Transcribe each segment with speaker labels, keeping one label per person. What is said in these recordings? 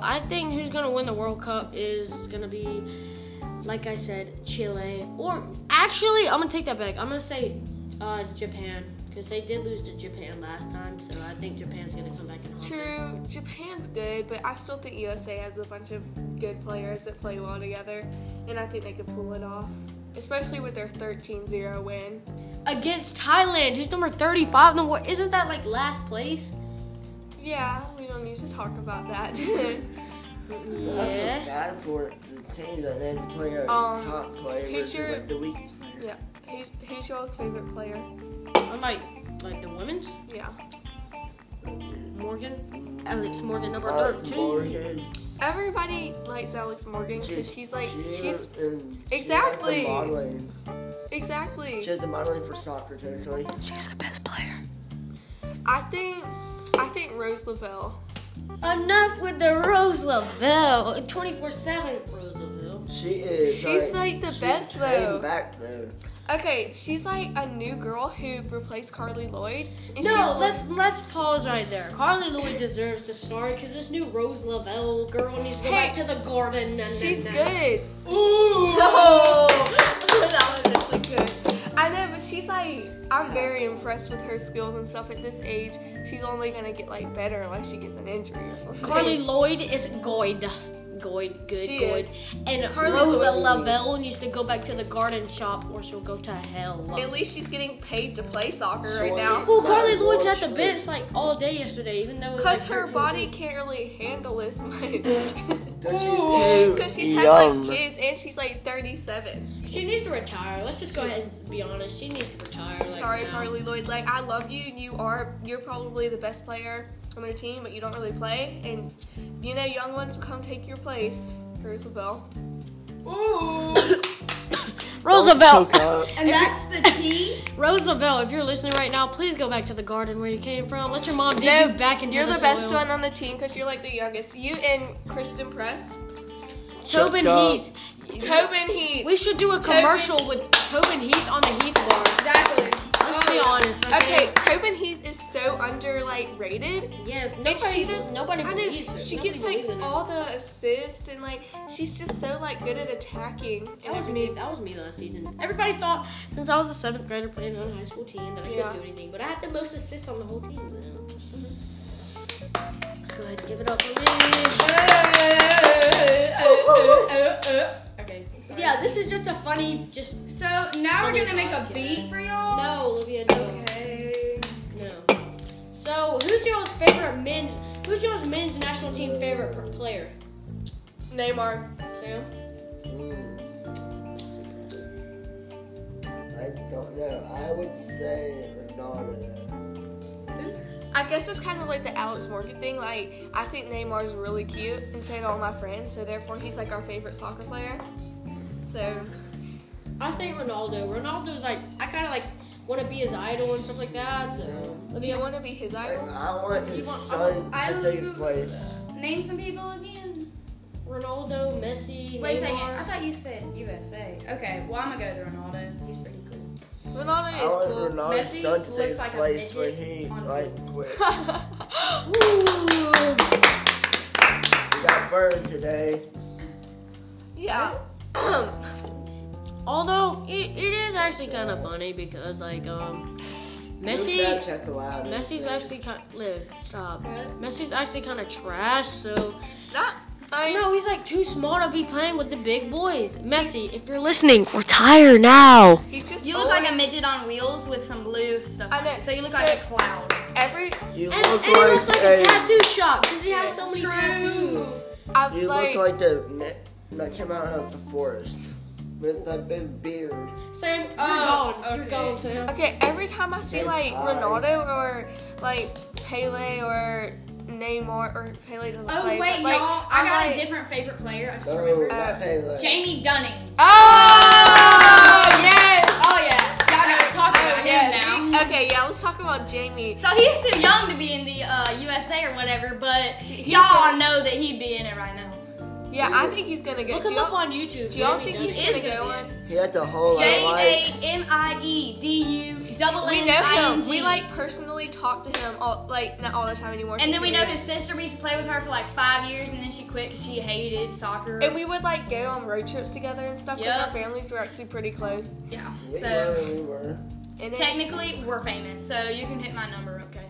Speaker 1: I think who's gonna win the World Cup is gonna be, like I said, Chile. Or actually, I'm gonna take that back. I'm gonna say uh, Japan because they did lose to Japan last time, so I think Japan's gonna come back and hump it.
Speaker 2: True, Japan's good, but I still think USA has a bunch of good players that play well together, and I think they could pull it off, especially with their 13 0 win.
Speaker 1: against Thailand, who's number 35 in the world. Isn't that like last place?
Speaker 2: Yeah, we don't need to talk about that.
Speaker 1: Yeah.
Speaker 3: I feel bad for the team that they have to play our
Speaker 2: Um,
Speaker 3: top player versus
Speaker 2: picture-
Speaker 3: like, the weakest player.
Speaker 2: yeah, who's, who's y'all's favorite player?
Speaker 1: I'm like, like the women's
Speaker 2: Yeah.
Speaker 1: Morgan, Alex Morgan, number
Speaker 3: Alex
Speaker 1: 13.
Speaker 3: Morgan.
Speaker 2: Everybody likes Alex Morgan because she's like,
Speaker 3: she
Speaker 2: she's
Speaker 3: and she has
Speaker 2: Exactly.
Speaker 3: the modeling.
Speaker 2: exactly.
Speaker 3: She has the modeling for soccer technically.
Speaker 1: She's the best player.
Speaker 2: I think, I think Rose Lavelle.
Speaker 1: Enough with the Rose Lavelle, 24/7 Rose Lavelle.
Speaker 3: She is.
Speaker 2: She's, like, the
Speaker 3: she
Speaker 2: best,
Speaker 3: came
Speaker 2: though.
Speaker 3: back though.
Speaker 2: Okay, she's like a new girl who replaced Carly Lloyd. And
Speaker 1: No,
Speaker 2: she's
Speaker 1: let's let's pause right there. Carly Lloyd deserves to start because this new Rose Lavelle girl needs to go back
Speaker 2: Hey,
Speaker 1: to the garden. Nah, nah,
Speaker 2: She's
Speaker 1: nah.
Speaker 2: good.
Speaker 1: Ooh.
Speaker 2: No, that was actually good. I know, but she's like, I'm very impressed with her skills and stuff at this age. She's only gonna get like better unless she gets an injury or something.
Speaker 1: Carly Lloyd is goid. Goid, good,
Speaker 2: She
Speaker 1: goid.
Speaker 2: is.
Speaker 1: And
Speaker 2: Carly
Speaker 1: Rosa
Speaker 2: Lloyd.
Speaker 1: Lavelle needs to go back to the garden shop or she'll go to hell.
Speaker 2: At least she's getting paid to play soccer right
Speaker 3: Sure.
Speaker 2: now.
Speaker 1: well, Carly
Speaker 3: Not
Speaker 1: Lloyd's at the
Speaker 3: much,
Speaker 1: bench like all day yesterday, even though it was
Speaker 2: Cause
Speaker 1: like,
Speaker 2: her
Speaker 1: 13.
Speaker 2: body can't really handle as much.
Speaker 3: Cause she's too
Speaker 2: Cause she's had
Speaker 3: young.
Speaker 2: like kids and she's like 37.
Speaker 1: She needs to retire. Let's just go ahead and be honest. She needs to retire. Like,
Speaker 2: Sorry,
Speaker 1: now.
Speaker 2: Carly Lloyd. Like I love you. You are you're probably the best player on their team, but you don't really play. And you know, young ones will come take your place. Here's the bell.
Speaker 1: Roosevelt.
Speaker 3: Choke up.
Speaker 4: And that's the tea.
Speaker 1: Roosevelt, if you're listening right now, please go back to the garden where you came from. Let your mom dig
Speaker 2: No,
Speaker 1: you back into
Speaker 2: You're the,
Speaker 1: the,
Speaker 2: best
Speaker 1: soil.
Speaker 2: one on the team because you're like the youngest. You and Kristen Press.
Speaker 1: Tobin
Speaker 3: Shut up.
Speaker 1: Heath.
Speaker 2: Tobin Heath.
Speaker 1: We should do a
Speaker 2: Tobin-
Speaker 1: commercial with Tobin Heath on the Heath bar.
Speaker 4: Exactly.
Speaker 1: Let's be honest.
Speaker 2: Oh, okay, Tobin Heath is so under like rated.
Speaker 1: Yes,
Speaker 2: And
Speaker 1: nobody,
Speaker 2: she does-
Speaker 1: nobody
Speaker 2: I
Speaker 1: believes
Speaker 2: know
Speaker 1: her.
Speaker 2: she
Speaker 1: nobody
Speaker 2: gets like
Speaker 1: believes in her.
Speaker 2: all the assists and like she's just so like good at attacking.
Speaker 1: That
Speaker 2: and
Speaker 1: was me. That was me last season. Everybody thought since I was a seventh grader playing on a high school team that I couldn't
Speaker 2: Yeah.
Speaker 1: do anything, but I had the most assists on the whole team. You know? Let's go ahead and give it up for me.
Speaker 2: Oh,
Speaker 4: Okay. sorry.
Speaker 1: Yeah, this is just a funny. Just
Speaker 4: So now we're gonna make a beat for y'all.
Speaker 1: no, Olivia, no,
Speaker 4: Okay.
Speaker 1: no. So, who's y'all's favorite men's? Who's y'all's men's national team favorite per- player?
Speaker 2: Neymar.
Speaker 1: Sam.
Speaker 3: Hmm. I don't know. I would say Renata.
Speaker 2: I guess it's kind of like the Alex Morgan thing. Like I think Neymar's really cute, and so do all my friends. So therefore, he's like our favorite soccer player. So
Speaker 1: I think Ronaldo. Ronaldo's like I kind of like want to be his idol and stuff like that. So,
Speaker 2: do you
Speaker 1: Olivia,
Speaker 2: want to be his
Speaker 3: Like,
Speaker 2: idol?
Speaker 3: I want
Speaker 1: You
Speaker 3: his
Speaker 1: want-
Speaker 3: son
Speaker 4: I
Speaker 3: to take his
Speaker 4: love-
Speaker 3: place.
Speaker 4: Name some people again.
Speaker 1: Ronaldo, Messi,
Speaker 4: Wait a second.
Speaker 1: Neymar.
Speaker 4: I thought you said USA. Okay. Well, I'm gonna go with Ronaldo. He's pretty cool.
Speaker 2: Ronaldo
Speaker 3: I
Speaker 2: is
Speaker 3: want
Speaker 2: cool.
Speaker 3: Renata's
Speaker 4: Messi
Speaker 3: son to
Speaker 4: looks
Speaker 3: take his
Speaker 4: like a
Speaker 3: place when
Speaker 4: midget
Speaker 3: he
Speaker 4: on
Speaker 3: like
Speaker 4: wheels.
Speaker 3: quit.
Speaker 1: Ooh.
Speaker 3: He got burned today.
Speaker 2: yeah.
Speaker 1: Although it, it is actually kind of funny because like um
Speaker 3: Your
Speaker 1: Messi
Speaker 3: Snapchat's allowed. it.
Speaker 1: Messi's actually kind live stop Messi's actually kind of trash so
Speaker 2: Not. I
Speaker 1: no he's like too small to be playing with the big boys Messi if you're listening retire now
Speaker 2: He's just.
Speaker 4: You look like a
Speaker 2: old.
Speaker 4: midget on wheels with some blue stuff.
Speaker 2: I know.
Speaker 4: So you look
Speaker 2: So-
Speaker 4: like a clown.
Speaker 2: every.
Speaker 3: You
Speaker 1: and, and
Speaker 3: look
Speaker 1: he looks like a
Speaker 3: a-
Speaker 1: tattoo shop because he has so many tattoos
Speaker 4: Oh,
Speaker 2: I've
Speaker 3: You
Speaker 2: like.
Speaker 3: look like the ne- that came out of the forest with that big beard.
Speaker 1: Sam you're
Speaker 4: Oh,
Speaker 1: gone you're
Speaker 4: okay.
Speaker 1: gone Sam
Speaker 2: Okay, every time I see
Speaker 3: Say
Speaker 2: like
Speaker 3: hi.
Speaker 2: Ronaldo or like Pele or Neymar or Pele doesn't
Speaker 4: Oh
Speaker 2: play.
Speaker 4: wait,
Speaker 2: but, like,
Speaker 4: y'all! I
Speaker 2: I'm
Speaker 4: got
Speaker 2: like,
Speaker 4: a different favorite player. I just
Speaker 3: Oh,
Speaker 4: remembered.
Speaker 3: that Pele.
Speaker 4: Jamie Dunning.
Speaker 2: Oh yes.
Speaker 4: Oh yeah, y'all gotta talk about
Speaker 2: Oh, yes.
Speaker 4: him now.
Speaker 2: Okay, yeah. Let's talk about Jamie.
Speaker 4: So he's too young to be in the uh, USA or whatever, but y'all know that he'd be in it right now.
Speaker 2: Yeah, I think he's gonna get.
Speaker 1: look
Speaker 2: Do
Speaker 1: him up
Speaker 2: y'all,
Speaker 1: on YouTube
Speaker 2: do y'all
Speaker 1: Jamie
Speaker 2: think
Speaker 1: does.
Speaker 2: he's
Speaker 4: He is
Speaker 2: gonna
Speaker 4: gonna
Speaker 2: go
Speaker 4: be
Speaker 2: on?
Speaker 3: He has a whole lot
Speaker 4: J
Speaker 3: of likes.
Speaker 4: A M I E D U double
Speaker 2: We
Speaker 4: N
Speaker 2: know him.
Speaker 4: ING.
Speaker 2: We like personally talk to him all like not all the time anymore.
Speaker 4: And then we know
Speaker 2: considering-
Speaker 4: his sister. We used to play with her for like five years, and then she quit because she hated soccer.
Speaker 2: And we would like go on road trips together and stuff because
Speaker 4: Yep.
Speaker 2: our families were actually pretty close.
Speaker 4: yeah.
Speaker 3: We
Speaker 4: So
Speaker 3: were, we were.
Speaker 2: And it-
Speaker 4: technically, we're famous. So you can hit my number, okay?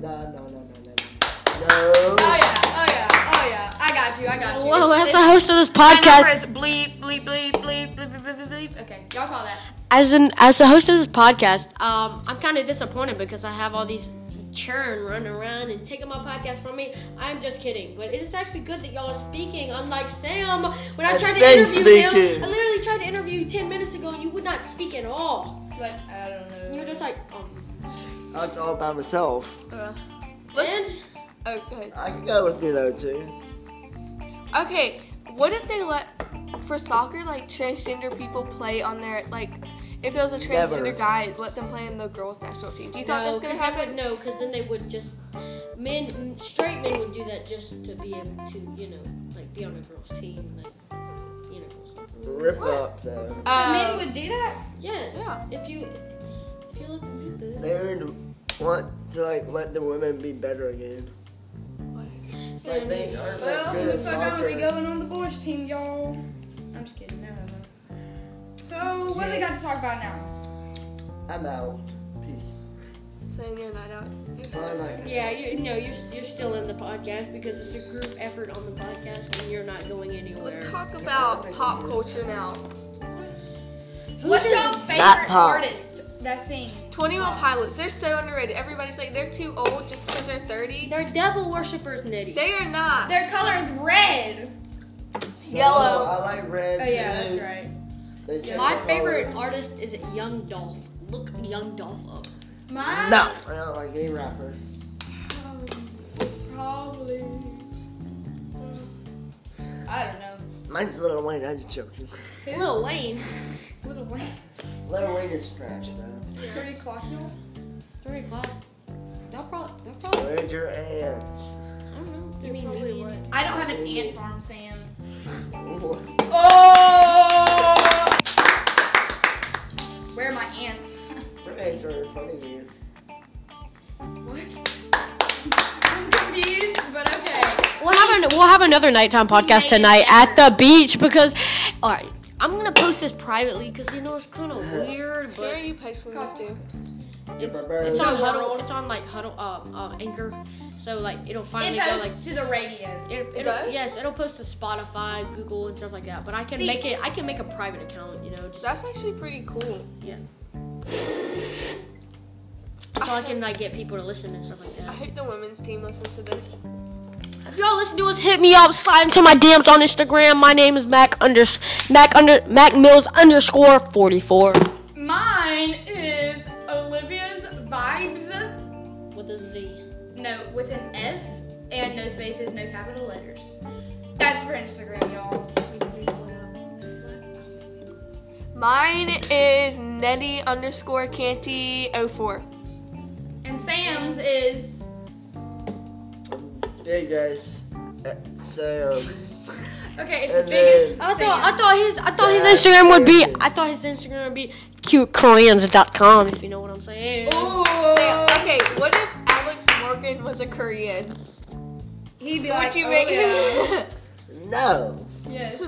Speaker 3: No, no, no, no, no. No.
Speaker 4: Oh yeah. Oh yeah. Oh yeah. I got you. I got you.
Speaker 1: Whoa,
Speaker 4: It's-
Speaker 1: as the host of this
Speaker 4: my number
Speaker 1: podcast,
Speaker 4: is bleep bleep bleep bleep bleep bleep bleep, bleep. Okay, y'all call that.
Speaker 1: as an as the host of this podcast, um, I'm kind of disappointed because I have all these churn running around and taking my podcast from me. I'm just kidding, but it's actually good that y'all are speaking. Unlike Sam, when I
Speaker 3: I've
Speaker 1: tried to
Speaker 3: been
Speaker 1: interview
Speaker 3: speaking.
Speaker 1: him, I literally tried to interview you ten minutes ago and you would not speak at all.
Speaker 4: Like I don't know.
Speaker 1: You were just like, um,
Speaker 3: That's all by myself.
Speaker 2: uh,
Speaker 1: and
Speaker 2: oh, go ahead.
Speaker 3: I can go with you though too.
Speaker 2: Okay, what if they let for soccer like transgender people play on their like if it was a transgender
Speaker 3: Never.
Speaker 2: guy, let them play in the girls national team. Do you think
Speaker 1: no,
Speaker 2: that's
Speaker 1: 'cause
Speaker 2: gonna
Speaker 1: they
Speaker 2: happen?
Speaker 1: would no, because then they would just men, straight men would do that just to be able to, you know, like be on a girls' team, like, you know. girls'
Speaker 3: Rip up though.
Speaker 2: Um,
Speaker 4: men would do that.
Speaker 1: Yes.
Speaker 2: Yeah.
Speaker 1: If you if you let them do this.
Speaker 3: They would want to like let the women be better again. Like they aren't that good at soccer.
Speaker 4: going on the boys' team, y'all. I'm just kidding. No, no, no. So what do we got to talk about now?
Speaker 3: I'm out. Peace.
Speaker 2: so you're not out.
Speaker 3: Well, I'm not-
Speaker 1: Yeah, you no, you're you're still in the podcast because it's a group effort on the podcast and you're not going anywhere.
Speaker 2: Let's talk about pop culture now.
Speaker 4: What's y'all's
Speaker 3: That
Speaker 4: favorite
Speaker 3: pop.
Speaker 4: artist that sings?
Speaker 2: Twenty One Pilots, they're so underrated. Everybody's like they're too old just because they're thirty.
Speaker 1: They're devil worshippers, Nitty.
Speaker 2: They are not.
Speaker 4: Their color is red.
Speaker 3: So,
Speaker 2: Yellow.
Speaker 3: I like red.
Speaker 4: Oh yeah, that's
Speaker 3: too.
Speaker 4: right.
Speaker 3: They change
Speaker 1: My
Speaker 3: the
Speaker 1: favorite
Speaker 3: colors.
Speaker 1: artist is Young Dolph. Look Young Dolph up.
Speaker 4: Mine. Oh,
Speaker 3: I don't like any rapper.
Speaker 4: It's probably. I don't know.
Speaker 3: Mine's Lil Wayne. I'm just joking.
Speaker 1: Lil Wayne.
Speaker 4: Was it one?
Speaker 3: Lil Wayne is trash though.
Speaker 4: Three o'clock. y'all?
Speaker 1: It's three o'clock. That probably that probably
Speaker 3: Where's your aunts?
Speaker 1: I don't know. You mean me?
Speaker 4: I don't have an ant farm, Sam.
Speaker 3: Ooh.
Speaker 4: Oh! Where are my ants?
Speaker 3: Your aunts are in front of you.
Speaker 4: I'm confused, but okay.
Speaker 1: We'll have an, we'll have another nighttime podcast
Speaker 4: it
Speaker 1: tonight at
Speaker 4: better.
Speaker 1: the beach because, all right, I'm gonna post this privately because you know it's kind of weird,
Speaker 2: Where are
Speaker 1: but
Speaker 2: you posting this to?
Speaker 1: it's,
Speaker 3: Burberry.
Speaker 1: it's on
Speaker 4: The
Speaker 1: huddle,
Speaker 4: world.
Speaker 1: it's on like huddle, um, um, anchor, so like it'll finally
Speaker 4: It
Speaker 1: go like.
Speaker 4: posts to the radio.
Speaker 1: It,
Speaker 2: It
Speaker 1: it'll,
Speaker 2: does?
Speaker 1: yes, it'll post to Spotify, Google, and stuff like that. But I can
Speaker 4: See-
Speaker 1: make it. I can make a private account, you know, just
Speaker 2: That's actually pretty cool.
Speaker 1: yeah. So I can like get people to listen and stuff like
Speaker 2: I
Speaker 1: that.
Speaker 2: hope the women's team listens to this.
Speaker 1: If y'all listen to us, hit me up, slide into my DMs on Instagram. My name is Mac under Mac under Mac Mills underscore forty four.
Speaker 4: Mine is Olivia's Vibes.
Speaker 1: With a Z.
Speaker 4: No, with an S and no spaces, no capital letters. That's for Instagram, y'all.
Speaker 2: Mine is Nettie underscore Canty 04.
Speaker 4: And Sam's is
Speaker 3: Hey guys. Uh, Sam.
Speaker 4: okay. It's
Speaker 3: And
Speaker 4: the biggest.
Speaker 1: I
Speaker 4: Sam.
Speaker 1: thought I thought his I thought
Speaker 3: Yeah,
Speaker 1: his Instagram would be
Speaker 3: seriously.
Speaker 1: I thought his Instagram would be cutekoreans.com if you know what I'm saying.
Speaker 4: Ooh.
Speaker 2: Okay, what if Alex Morgan was a Korean?
Speaker 4: He'd
Speaker 2: Would
Speaker 4: be like,
Speaker 2: you
Speaker 4: oh,
Speaker 2: make
Speaker 4: yeah.
Speaker 2: him?
Speaker 3: No.
Speaker 4: Yes.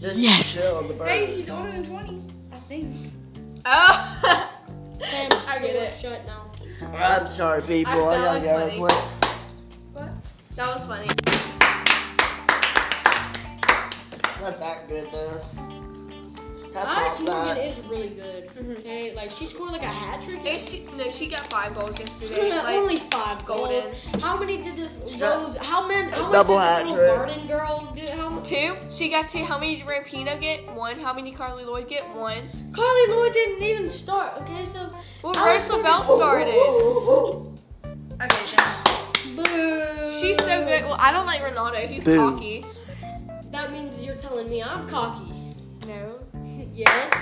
Speaker 3: Just
Speaker 1: Yes.
Speaker 3: chill on the bird.
Speaker 4: Hey, she's older than 20, I think.
Speaker 2: oh!
Speaker 1: Sam,
Speaker 4: I get it.
Speaker 1: Shut now.
Speaker 3: I'm sorry, people.
Speaker 2: I
Speaker 3: I,
Speaker 2: know,
Speaker 3: gotta
Speaker 2: it's
Speaker 3: go quick.
Speaker 4: What?
Speaker 2: that was funny.
Speaker 3: Not that good though. How
Speaker 1: Alex
Speaker 3: about
Speaker 1: Morgan
Speaker 3: that?
Speaker 1: is really good. Okay, like she scored like a hat trick.
Speaker 2: And she, no, she got five goals yesterday. like,
Speaker 1: Only five golden.
Speaker 2: golden.
Speaker 1: How many did this
Speaker 3: got
Speaker 1: Rose? How many? How much
Speaker 3: double
Speaker 1: did
Speaker 3: hat
Speaker 1: this little
Speaker 3: trick.
Speaker 1: garden girl do? How much?
Speaker 2: two? She got two. How many did Rampino get? One. How many Carly Lloyd get? One.
Speaker 1: Carly Lloyd didn't even start. Okay, so
Speaker 2: Well,
Speaker 1: Alex
Speaker 2: Rose LaBelle
Speaker 3: Oh,
Speaker 2: started.
Speaker 4: Okay, Boo.
Speaker 2: She's so good. Well, I don't like Ronaldo. He's
Speaker 3: Boo.
Speaker 2: cocky.
Speaker 1: that means you're telling me I'm cocky.
Speaker 2: No.
Speaker 1: yes.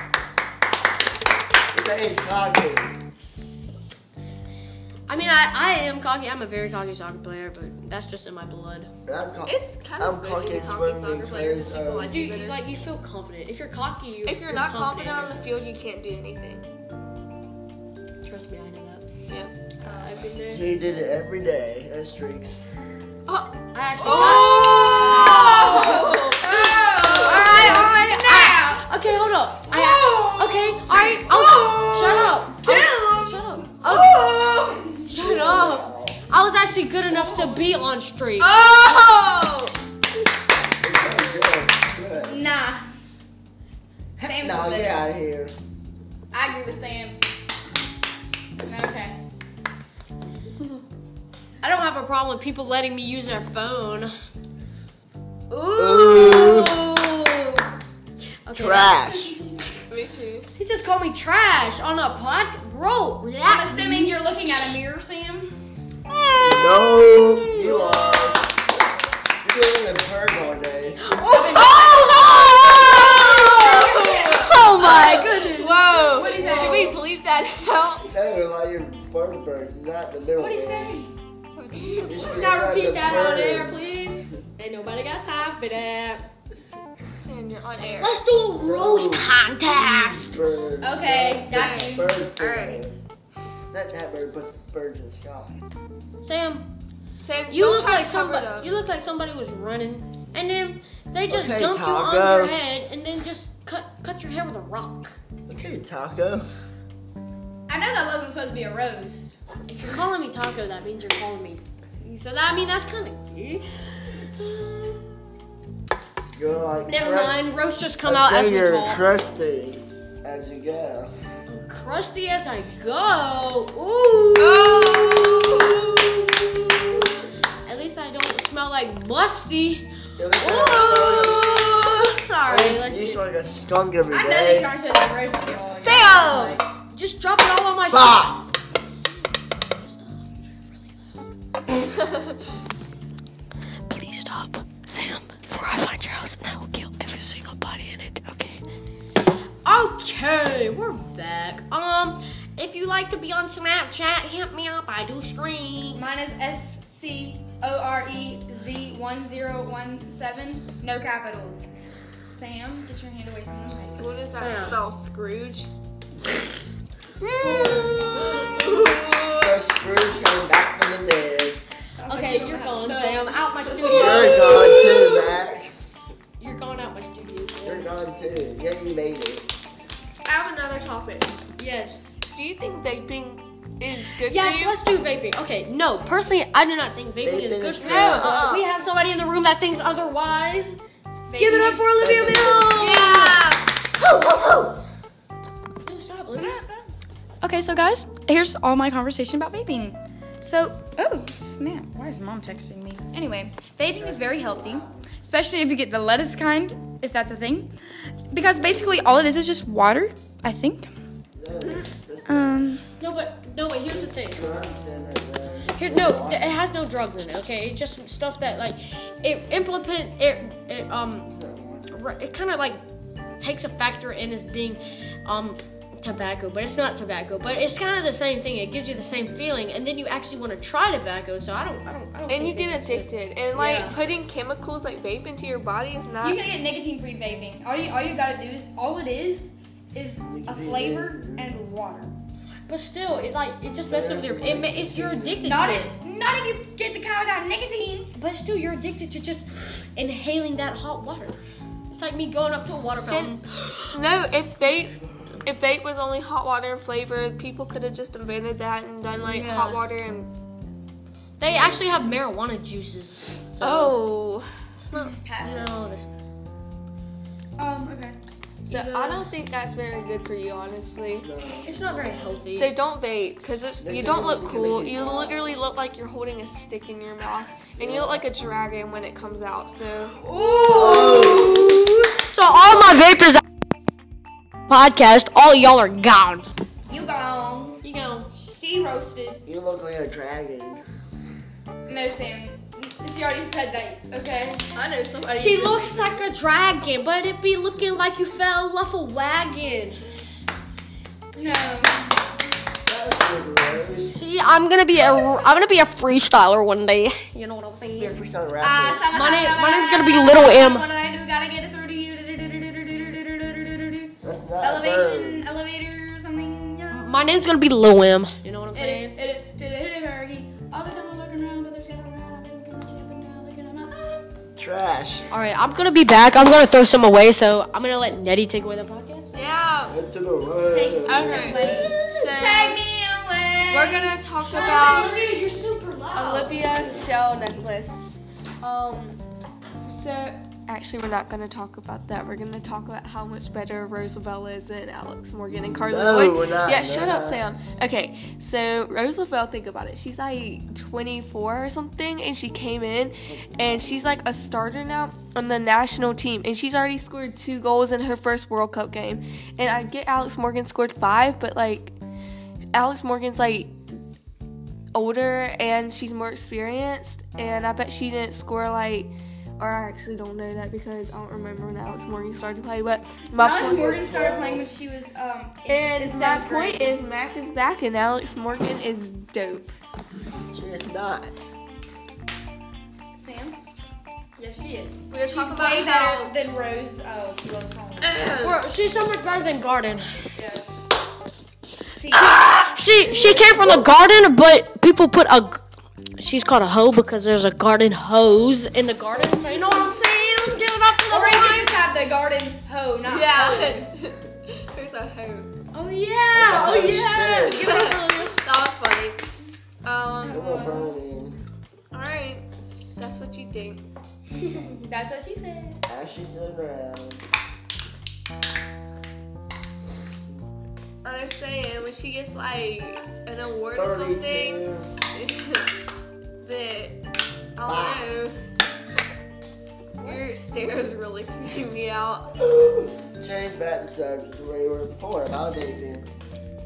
Speaker 3: Say cocky.
Speaker 1: I mean, I, I am cocky. I'm a very cocky soccer player, but that's just in my blood.
Speaker 3: I'm cocky.
Speaker 2: It's kind
Speaker 3: I'm
Speaker 2: of good
Speaker 3: cocky
Speaker 2: to be
Speaker 3: as
Speaker 2: cocky
Speaker 3: well,
Speaker 2: soccer
Speaker 3: because,
Speaker 2: players. People
Speaker 3: uh,
Speaker 2: like
Speaker 1: You,
Speaker 2: you better.
Speaker 1: like you feel confident. If you're cocky, you
Speaker 2: If you're not confident on the field, you can't do anything.
Speaker 1: Trust me, I know that.
Speaker 2: Yeah.
Speaker 1: Uh, I've been there.
Speaker 3: He did it every day as streaks.
Speaker 1: I actually
Speaker 2: Oh!
Speaker 4: Oh,
Speaker 1: got. Okay, hold up. I, okay, alright. I'll- Shut up. I'll- Shut up. Shut up. I was actually good enough to be on
Speaker 4: Oh.
Speaker 1: streak.
Speaker 3: Good, good.
Speaker 4: Nah. Sam's
Speaker 3: No, get
Speaker 4: was better.
Speaker 3: out of here.
Speaker 4: I agree with Sam. Okay.
Speaker 1: I don't have a problem with people letting me use their phone.
Speaker 3: Ooh.
Speaker 1: Okay.
Speaker 3: Trash.
Speaker 2: Me too.
Speaker 1: He just called me trash on a pod. Bro, relax.
Speaker 4: I'm assuming you're looking at a mirror, Sam.
Speaker 3: No, you are. You're doing a perk all day.
Speaker 1: Oh, oh my goodness.
Speaker 2: Whoa.
Speaker 4: What'd he say?
Speaker 2: Should we bleep that out?
Speaker 3: That was like your burn burn, not the middle.
Speaker 4: What'd he
Speaker 3: one.
Speaker 4: say?
Speaker 3: You should
Speaker 1: Let's
Speaker 3: get
Speaker 1: not
Speaker 3: out
Speaker 1: repeat
Speaker 3: the
Speaker 1: that on
Speaker 3: burn.
Speaker 1: air, please. Ain't nobody got time for that.
Speaker 2: Sam, you're on air.
Speaker 1: Let's do a roast
Speaker 3: Bro.
Speaker 1: contest.
Speaker 3: Bird,
Speaker 4: Okay,
Speaker 3: not
Speaker 4: got
Speaker 3: the
Speaker 4: you.
Speaker 3: Bird,
Speaker 2: Alright.
Speaker 3: bird. Not that bird, but the bird in the sky.
Speaker 1: Sam,
Speaker 2: Sam,
Speaker 1: you
Speaker 2: don't
Speaker 1: look
Speaker 2: try to
Speaker 1: like
Speaker 2: cover
Speaker 1: somebody.
Speaker 2: them.
Speaker 1: You look like somebody was running, and then they just
Speaker 3: Okay,
Speaker 1: dumped you on
Speaker 3: Taco.
Speaker 1: your head, and then just cut cut your hair with a rock.
Speaker 3: Okay, Taco.
Speaker 4: I know that wasn't supposed to be a roast.
Speaker 1: If you're calling me taco, that means you're calling me. sexy. So that I mean that's kind of gay.
Speaker 3: You're like.
Speaker 1: Never
Speaker 3: crust-
Speaker 1: mind. Roast just come
Speaker 3: I
Speaker 1: out
Speaker 3: say
Speaker 1: as we
Speaker 3: you're
Speaker 1: talk.
Speaker 3: crusty as you go.
Speaker 1: Crusty as I go. Ooh. At least I don't smell like musty. Ooh. Sorry. Let's
Speaker 3: You smell like a skunk every
Speaker 4: I know that
Speaker 3: day.
Speaker 4: you aren't supposed to roast y'all.
Speaker 2: Sam!
Speaker 1: Just drop it all on my
Speaker 3: Bah!
Speaker 5: Please stop, Sam, before I find your house and I will kill every single body in it, okay?
Speaker 1: Okay, we're back. Um, if you like to be on Snapchat, hit me up. I do stream.
Speaker 4: Mine is S C O R E Z one zero one seven. No capitals. Sam, get your hand away from the mic.
Speaker 2: What does
Speaker 1: Sam.
Speaker 2: that spell, Scrooge?
Speaker 3: The Scrooge came back from the dead.
Speaker 4: Sounds like you
Speaker 1: Okay,
Speaker 4: don't
Speaker 1: you're
Speaker 4: know how to
Speaker 1: going,
Speaker 4: spell.
Speaker 1: Sam. Out my studio.
Speaker 3: You're gone too, Mac.
Speaker 1: You're going out my studio.
Speaker 3: You're
Speaker 1: Sam.
Speaker 3: gone too. Yeah, you made it.
Speaker 2: I have another topic.
Speaker 1: Yes.
Speaker 2: Do you think vaping is good
Speaker 1: Yes,
Speaker 2: for you?
Speaker 1: let's do vaping. Okay, no, personally, I do not think vaping
Speaker 3: Vaping
Speaker 1: is good
Speaker 3: is
Speaker 1: for
Speaker 3: good.
Speaker 1: you. Uh,
Speaker 2: Uh-uh.
Speaker 1: We have somebody in the room that thinks otherwise.
Speaker 4: Baby
Speaker 1: Give it up
Speaker 4: is-
Speaker 1: for Olivia
Speaker 3: Vaping is-
Speaker 1: Mills. Dude,
Speaker 2: Yeah.
Speaker 1: stop, Olivia.
Speaker 6: Okay, so guys, here's all my conversation about vaping. So, oh snap, why is mom texting me? Anyway, vaping is very healthy, especially if you get the lettuce kind, if that's a thing. Because basically all it is is just water, I think.
Speaker 3: No, that's
Speaker 1: Mm.
Speaker 6: Um,
Speaker 1: No, but no. Wait, here's the thing.
Speaker 3: Trump said that, uh,
Speaker 1: Here, no, th- it has no drugs in it. Okay, it's just stuff that like it implement it, it um re- it kind of like takes a factor in as being um tobacco, but it's not tobacco. But it's kind of the same thing. It gives you the same feeling, and then you actually want to try tobacco. So I don't, I don't, I don't.
Speaker 2: And you
Speaker 1: think
Speaker 2: get
Speaker 1: it's good.
Speaker 2: addicted. And like
Speaker 1: Yeah.
Speaker 2: putting chemicals like vape into your body is not.
Speaker 4: You can get nicotine free vaping. All you all you gotta do is all it is is a
Speaker 3: Nicotine
Speaker 4: flavor
Speaker 3: is-
Speaker 4: and water.
Speaker 1: But still, it like it just messes with your. It, ma- it's you're addicted.
Speaker 4: Not
Speaker 1: to
Speaker 4: it not if you get the kind without nicotine.
Speaker 1: But still, you're addicted to just inhaling that hot water. It's like me going up to a water fountain.
Speaker 2: No, if vape, if vape was only hot water and flavored, people could have just invented that and done like
Speaker 1: Yeah.
Speaker 2: hot water and.
Speaker 1: They actually have marijuana juices. So
Speaker 2: Oh.
Speaker 1: it's not.
Speaker 4: Pass it.
Speaker 1: No, that's-
Speaker 4: Um, okay.
Speaker 2: So I don't think that's very good for you, honestly.
Speaker 1: it's not very healthy.
Speaker 2: So don't vape, cause it's you don't look cool. You literally look like you're holding a stick in your mouth, and you look like a dragon when it comes out. So.
Speaker 1: So all my vapors podcast, all y'all are gone.
Speaker 4: You gone.
Speaker 1: You know,
Speaker 4: She roasted.
Speaker 3: You look like a dragon.
Speaker 4: No, Sam. She already said that, okay?
Speaker 2: I know somebody.
Speaker 1: she looks like a dragon, but it be looking like you fell off a wagon.
Speaker 4: No.
Speaker 3: That was
Speaker 1: See, I'm gonna be a, I'm gonna be a freestyler one day. You know what I'm saying?
Speaker 3: good, Rose. Freestyle rap.
Speaker 4: Uh,
Speaker 3: it.
Speaker 4: somehow-
Speaker 1: My name- my name's gonna be
Speaker 4: somehow-
Speaker 1: Little M.
Speaker 4: What do I do? Gotta get it through to you. Do, do, do, do, do, do, do, do, do, do, do, do, do.
Speaker 3: That's not a
Speaker 4: Elevation,
Speaker 3: bird.
Speaker 4: elevator, something. yeah.
Speaker 1: My name's gonna be Loam. You know what I'm saying?
Speaker 3: Trash.
Speaker 1: All right, I'm gonna be back. I'm gonna throw some away, so I'm gonna let Nettie take away the podcast.
Speaker 2: Yeah.
Speaker 3: Into the world.
Speaker 2: Okay.
Speaker 4: Take
Speaker 2: So
Speaker 4: me away.
Speaker 2: we're gonna talk about
Speaker 1: you're super loud.
Speaker 2: Olivia's shell necklace. Um. So actually, we're not gonna talk about that. We're gonna talk about how much better Roosevelt is than Alex Morgan and Carly
Speaker 3: No,
Speaker 2: Lloyd.
Speaker 3: we're not.
Speaker 2: Yeah,
Speaker 3: No,
Speaker 2: shut
Speaker 3: no,
Speaker 2: up,
Speaker 3: no.
Speaker 2: Sam. Okay, so Roosevelt, think about it. She's like 24 or something, and she came in, and she's like a starter now on the national team, and she's already scored two goals in her first World Cup game. And I get Alex Morgan scored five, but like Alex Morgan's like older and she's more experienced, and I bet she didn't score like. Or I actually don't know that because I don't remember when Alex Morgan started to play, but my
Speaker 4: Alex
Speaker 2: point-
Speaker 4: Morgan started playing when she was um.
Speaker 2: and
Speaker 4: in
Speaker 2: my
Speaker 4: seventh grade.
Speaker 2: point is, Mac is back, and Alex Morgan is dope.
Speaker 3: She is not.
Speaker 4: Sam. Yes, she is.
Speaker 2: We're
Speaker 4: She's way better than Rose. Oh, she loves home.
Speaker 1: Well, she's so much better than Garden.
Speaker 4: See,
Speaker 1: She she came from the garden, but people put a. She's called a hoe because there's a garden hose in the garden. So you know what I'm saying? Let's give it up for the
Speaker 4: or you could
Speaker 1: wine.
Speaker 4: just have the garden hoe, not
Speaker 2: Yeah.
Speaker 4: hose.
Speaker 2: There's a hope.
Speaker 1: Oh yeah! Oh yeah!
Speaker 3: Upstairs.
Speaker 1: Give it up for the-
Speaker 2: That was funny. Um.
Speaker 3: Come on, Berlin.
Speaker 2: All right. That's what you think.
Speaker 4: That's what she said.
Speaker 3: Ashes to the ground.
Speaker 2: I'm saying when she gets like an award or something,
Speaker 3: 32.
Speaker 2: that oh, I don't know. Your stare is really freaking me out.
Speaker 3: Change back the subject to where we were before about vaping.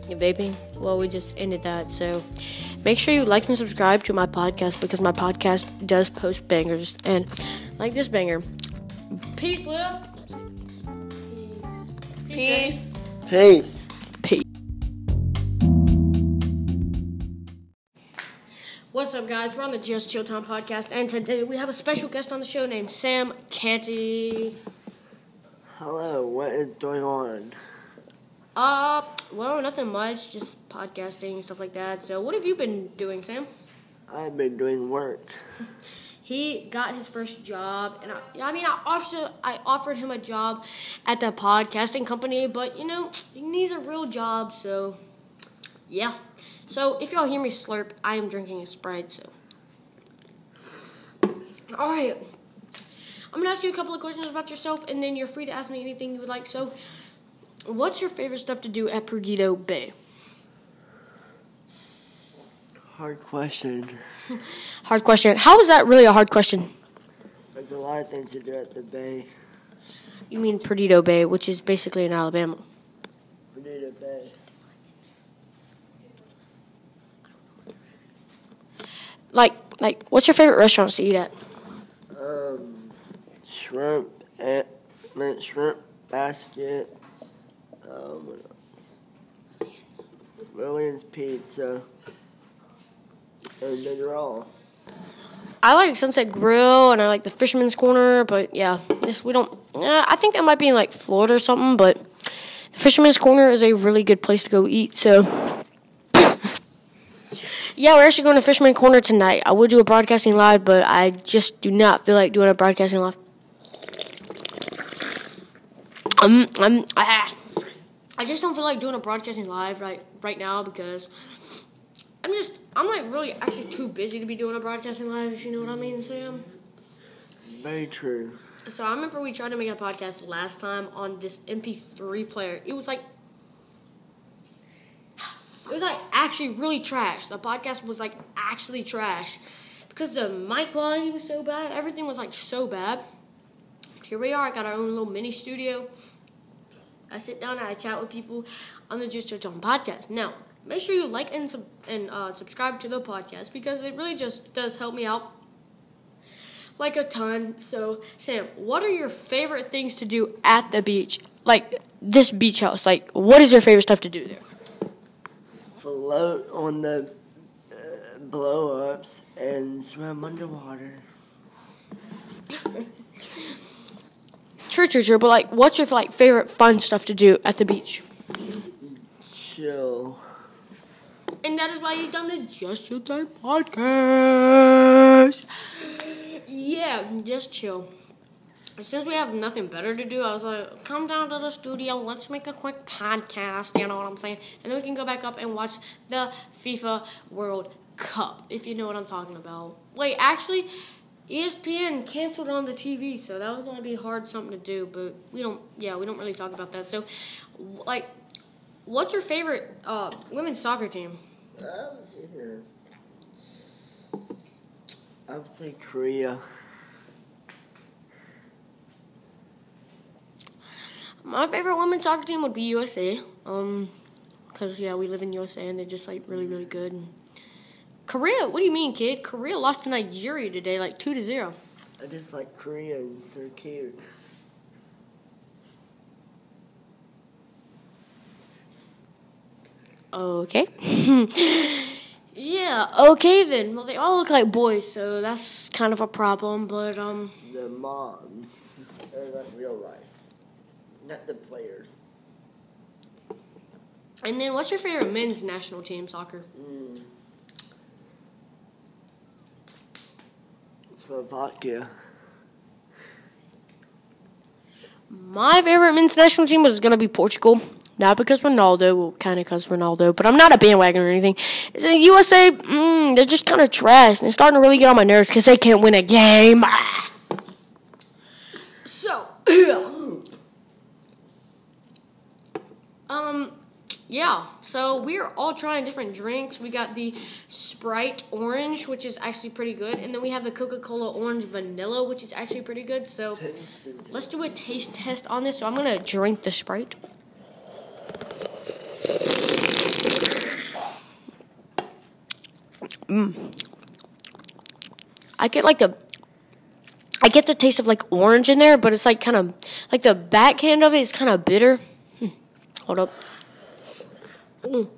Speaker 1: You vaping? Well, we just ended that. So make sure you like and subscribe to my podcast because my podcast does post bangers and like this banger. Peace, live.
Speaker 2: Peace.
Speaker 3: Peace.
Speaker 1: What's up, guys? We're on the Just Chill Time podcast, and today we have a special guest on the show named Sam Canty.
Speaker 3: Hello, what is going on?
Speaker 1: Uh, well, nothing much, just podcasting and stuff like that. So, what have you been doing, Sam?
Speaker 3: I've been doing work.
Speaker 1: He got his first job, and I, I mean, I also I offered him a job at the podcasting company, but you know, he needs a real job, so yeah. So if y'all hear me slurp, I am drinking a Sprite. So, all right, I'm gonna ask you a couple of questions about yourself, and then you're free to ask me anything you would like. So, what's your favorite stuff to do at Perdido Bay?
Speaker 3: Hard question.
Speaker 1: Hard question. How is that really a hard question?
Speaker 3: There's a lot of things to do at the bay.
Speaker 1: You mean Perdido Bay, which is basically in Alabama.
Speaker 3: We need a bay.
Speaker 1: Like, like, what's your favorite restaurants to eat at?
Speaker 3: Um, shrimp, and, mint shrimp basket. Um, what else? Lillian's pizza. And then you're all.
Speaker 1: I like Sunset Grill and I like the Fisherman's Corner, but yeah, this we don't. Uh, I think that might be in like Florida or something, but the Fisherman's Corner is a really good place to go eat. So, yeah, we're actually going to Fisherman's Corner tonight. I would do a broadcasting live, but I just do not feel like doing a broadcasting live. Um, um, ah. I just don't feel like doing a broadcasting live right right now because I'm just, I'm like really actually too busy to be doing a broadcasting live, if you know what I mean, Sam.
Speaker 3: Very true.
Speaker 1: So I remember we tried to make a podcast last time on this MP3 player. It was like, it was like actually really trash. The podcast was like actually trash because the mic quality was so bad. Everything was like so bad. Here we are. I got our own little mini studio. I sit down and I chat with people on the Just Church on podcast. Now, make sure you like and sub- and uh, subscribe to the podcast because it really just does help me out like a ton. So, Sam, what are your favorite things to do at the beach? Like this beach house. Like, what is your favorite stuff to do there?
Speaker 3: Float on the uh, blow ups and swim underwater.
Speaker 1: Sure, sure, sure. But like, what's your like favorite fun stuff to do at the beach?
Speaker 3: Chill.
Speaker 1: And that is why he's on the Just Chill Time podcast. Yeah, just chill. Since we have nothing better to do, I was like, come down to the studio, let's make a quick podcast, you know what I'm saying? And then we can go back up and watch the FIFA World Cup, if you know what I'm talking about. Wait, actually, E ESPN canceled on the TV, so that was gonna be hard something to do, but we don't, yeah, we don't really talk about that. So, like, what's your favorite uh, women's soccer team?
Speaker 3: I'm Uh, here. I would say Korea.
Speaker 1: My favorite women's soccer team would be USA. Um, cause yeah, we live in USA and they're just like really, really good. And Korea, what do you mean, kid? Korea lost to Nigeria today, like two to zero.
Speaker 3: I just like Koreans. They're cute.
Speaker 1: Okay. yeah. Okay then. Well, they all look like boys, so that's kind of a problem. But um,
Speaker 3: The moms. They're like real life. Not the players.
Speaker 1: and then what's your favorite men's national team soccer?
Speaker 3: Mm. Slovakia.
Speaker 1: My favorite men's national team was going to be Portugal. Not because Ronaldo, well, kind of because Ronaldo, but I'm not a bandwagon or anything. It's the USA, mm, they're just kind of trash, and it's starting to really get on my nerves because they can't win a game. Ah. So, um, yeah. So we are all trying different drinks. We got the Sprite orange, which is actually pretty good, and then we have the Coca-Cola orange vanilla, which is actually pretty good. So. Let's do a taste test on this. So I'm gonna drink the Sprite. Mm. I get like the, I get the taste of like orange in there, but it's like kind of like the backhand of it is kind of bitter. Hmm. Hold up. Mm.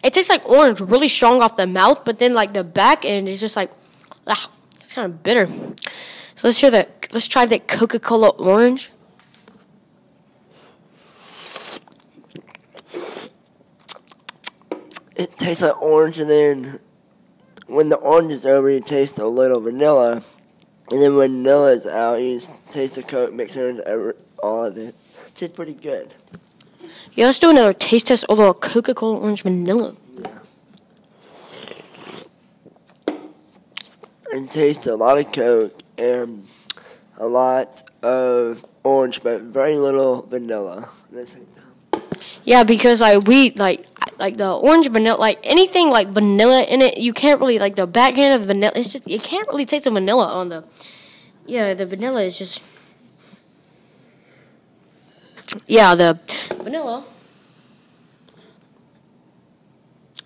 Speaker 1: It tastes like orange, really strong off the mouth, but then like the back end is just like, ah, it's kind of bitter. So let's hear that. Let's try that Coca Cola orange.
Speaker 3: It tastes like orange, and then when the orange is over, you taste a little vanilla, and then when vanilla is out, you just taste the Coke mixer and ever- all of it. Tastes pretty good.
Speaker 1: Yeah, let's do another taste test. Although Coca Cola orange vanilla.
Speaker 3: Yeah. And taste a lot of Coke and a lot of orange, but very little vanilla. at the same time.
Speaker 1: Yeah, because like we like I- like the orange vanilla, like anything like vanilla in it, you can't really like the backhand of vanilla. It's just you can't really taste the vanilla on the. Yeah, the vanilla is just. Yeah, the vanilla.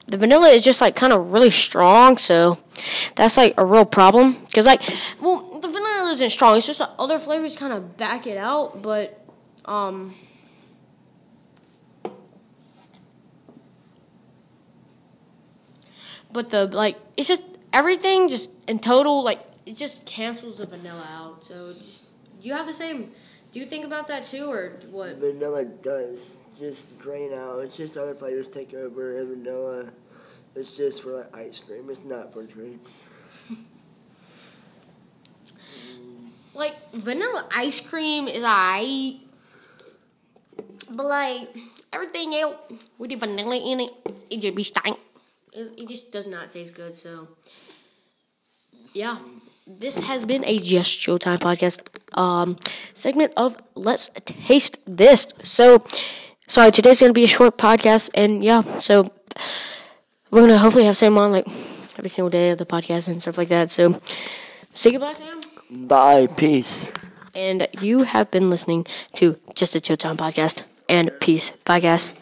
Speaker 1: The vanilla is just like kind of really strong, so that's like a real problem. Cause like, well, the vanilla isn't strong. It's just the other flavors kind of back it out, but um. but the like it's just everything just in total like it just cancels the vanilla out so just, you have the same do you think about that too or what
Speaker 3: Vanilla does just drain out. It's just other flavors take over, and vanilla it's just for like ice cream. It's not for drinks.
Speaker 1: like vanilla ice cream is alright but like everything else with the vanilla in it it just be stank it, it just does not taste good so yeah this has been a just showtime podcast um segment of let's taste this so sorry today's gonna be a short podcast and yeah so we're gonna hopefully have sam on like every single day of the podcast and stuff like that so say goodbye sam
Speaker 3: Bye. Peace.
Speaker 1: and you have been listening to Just a Chill Town podcast and Peace podcast.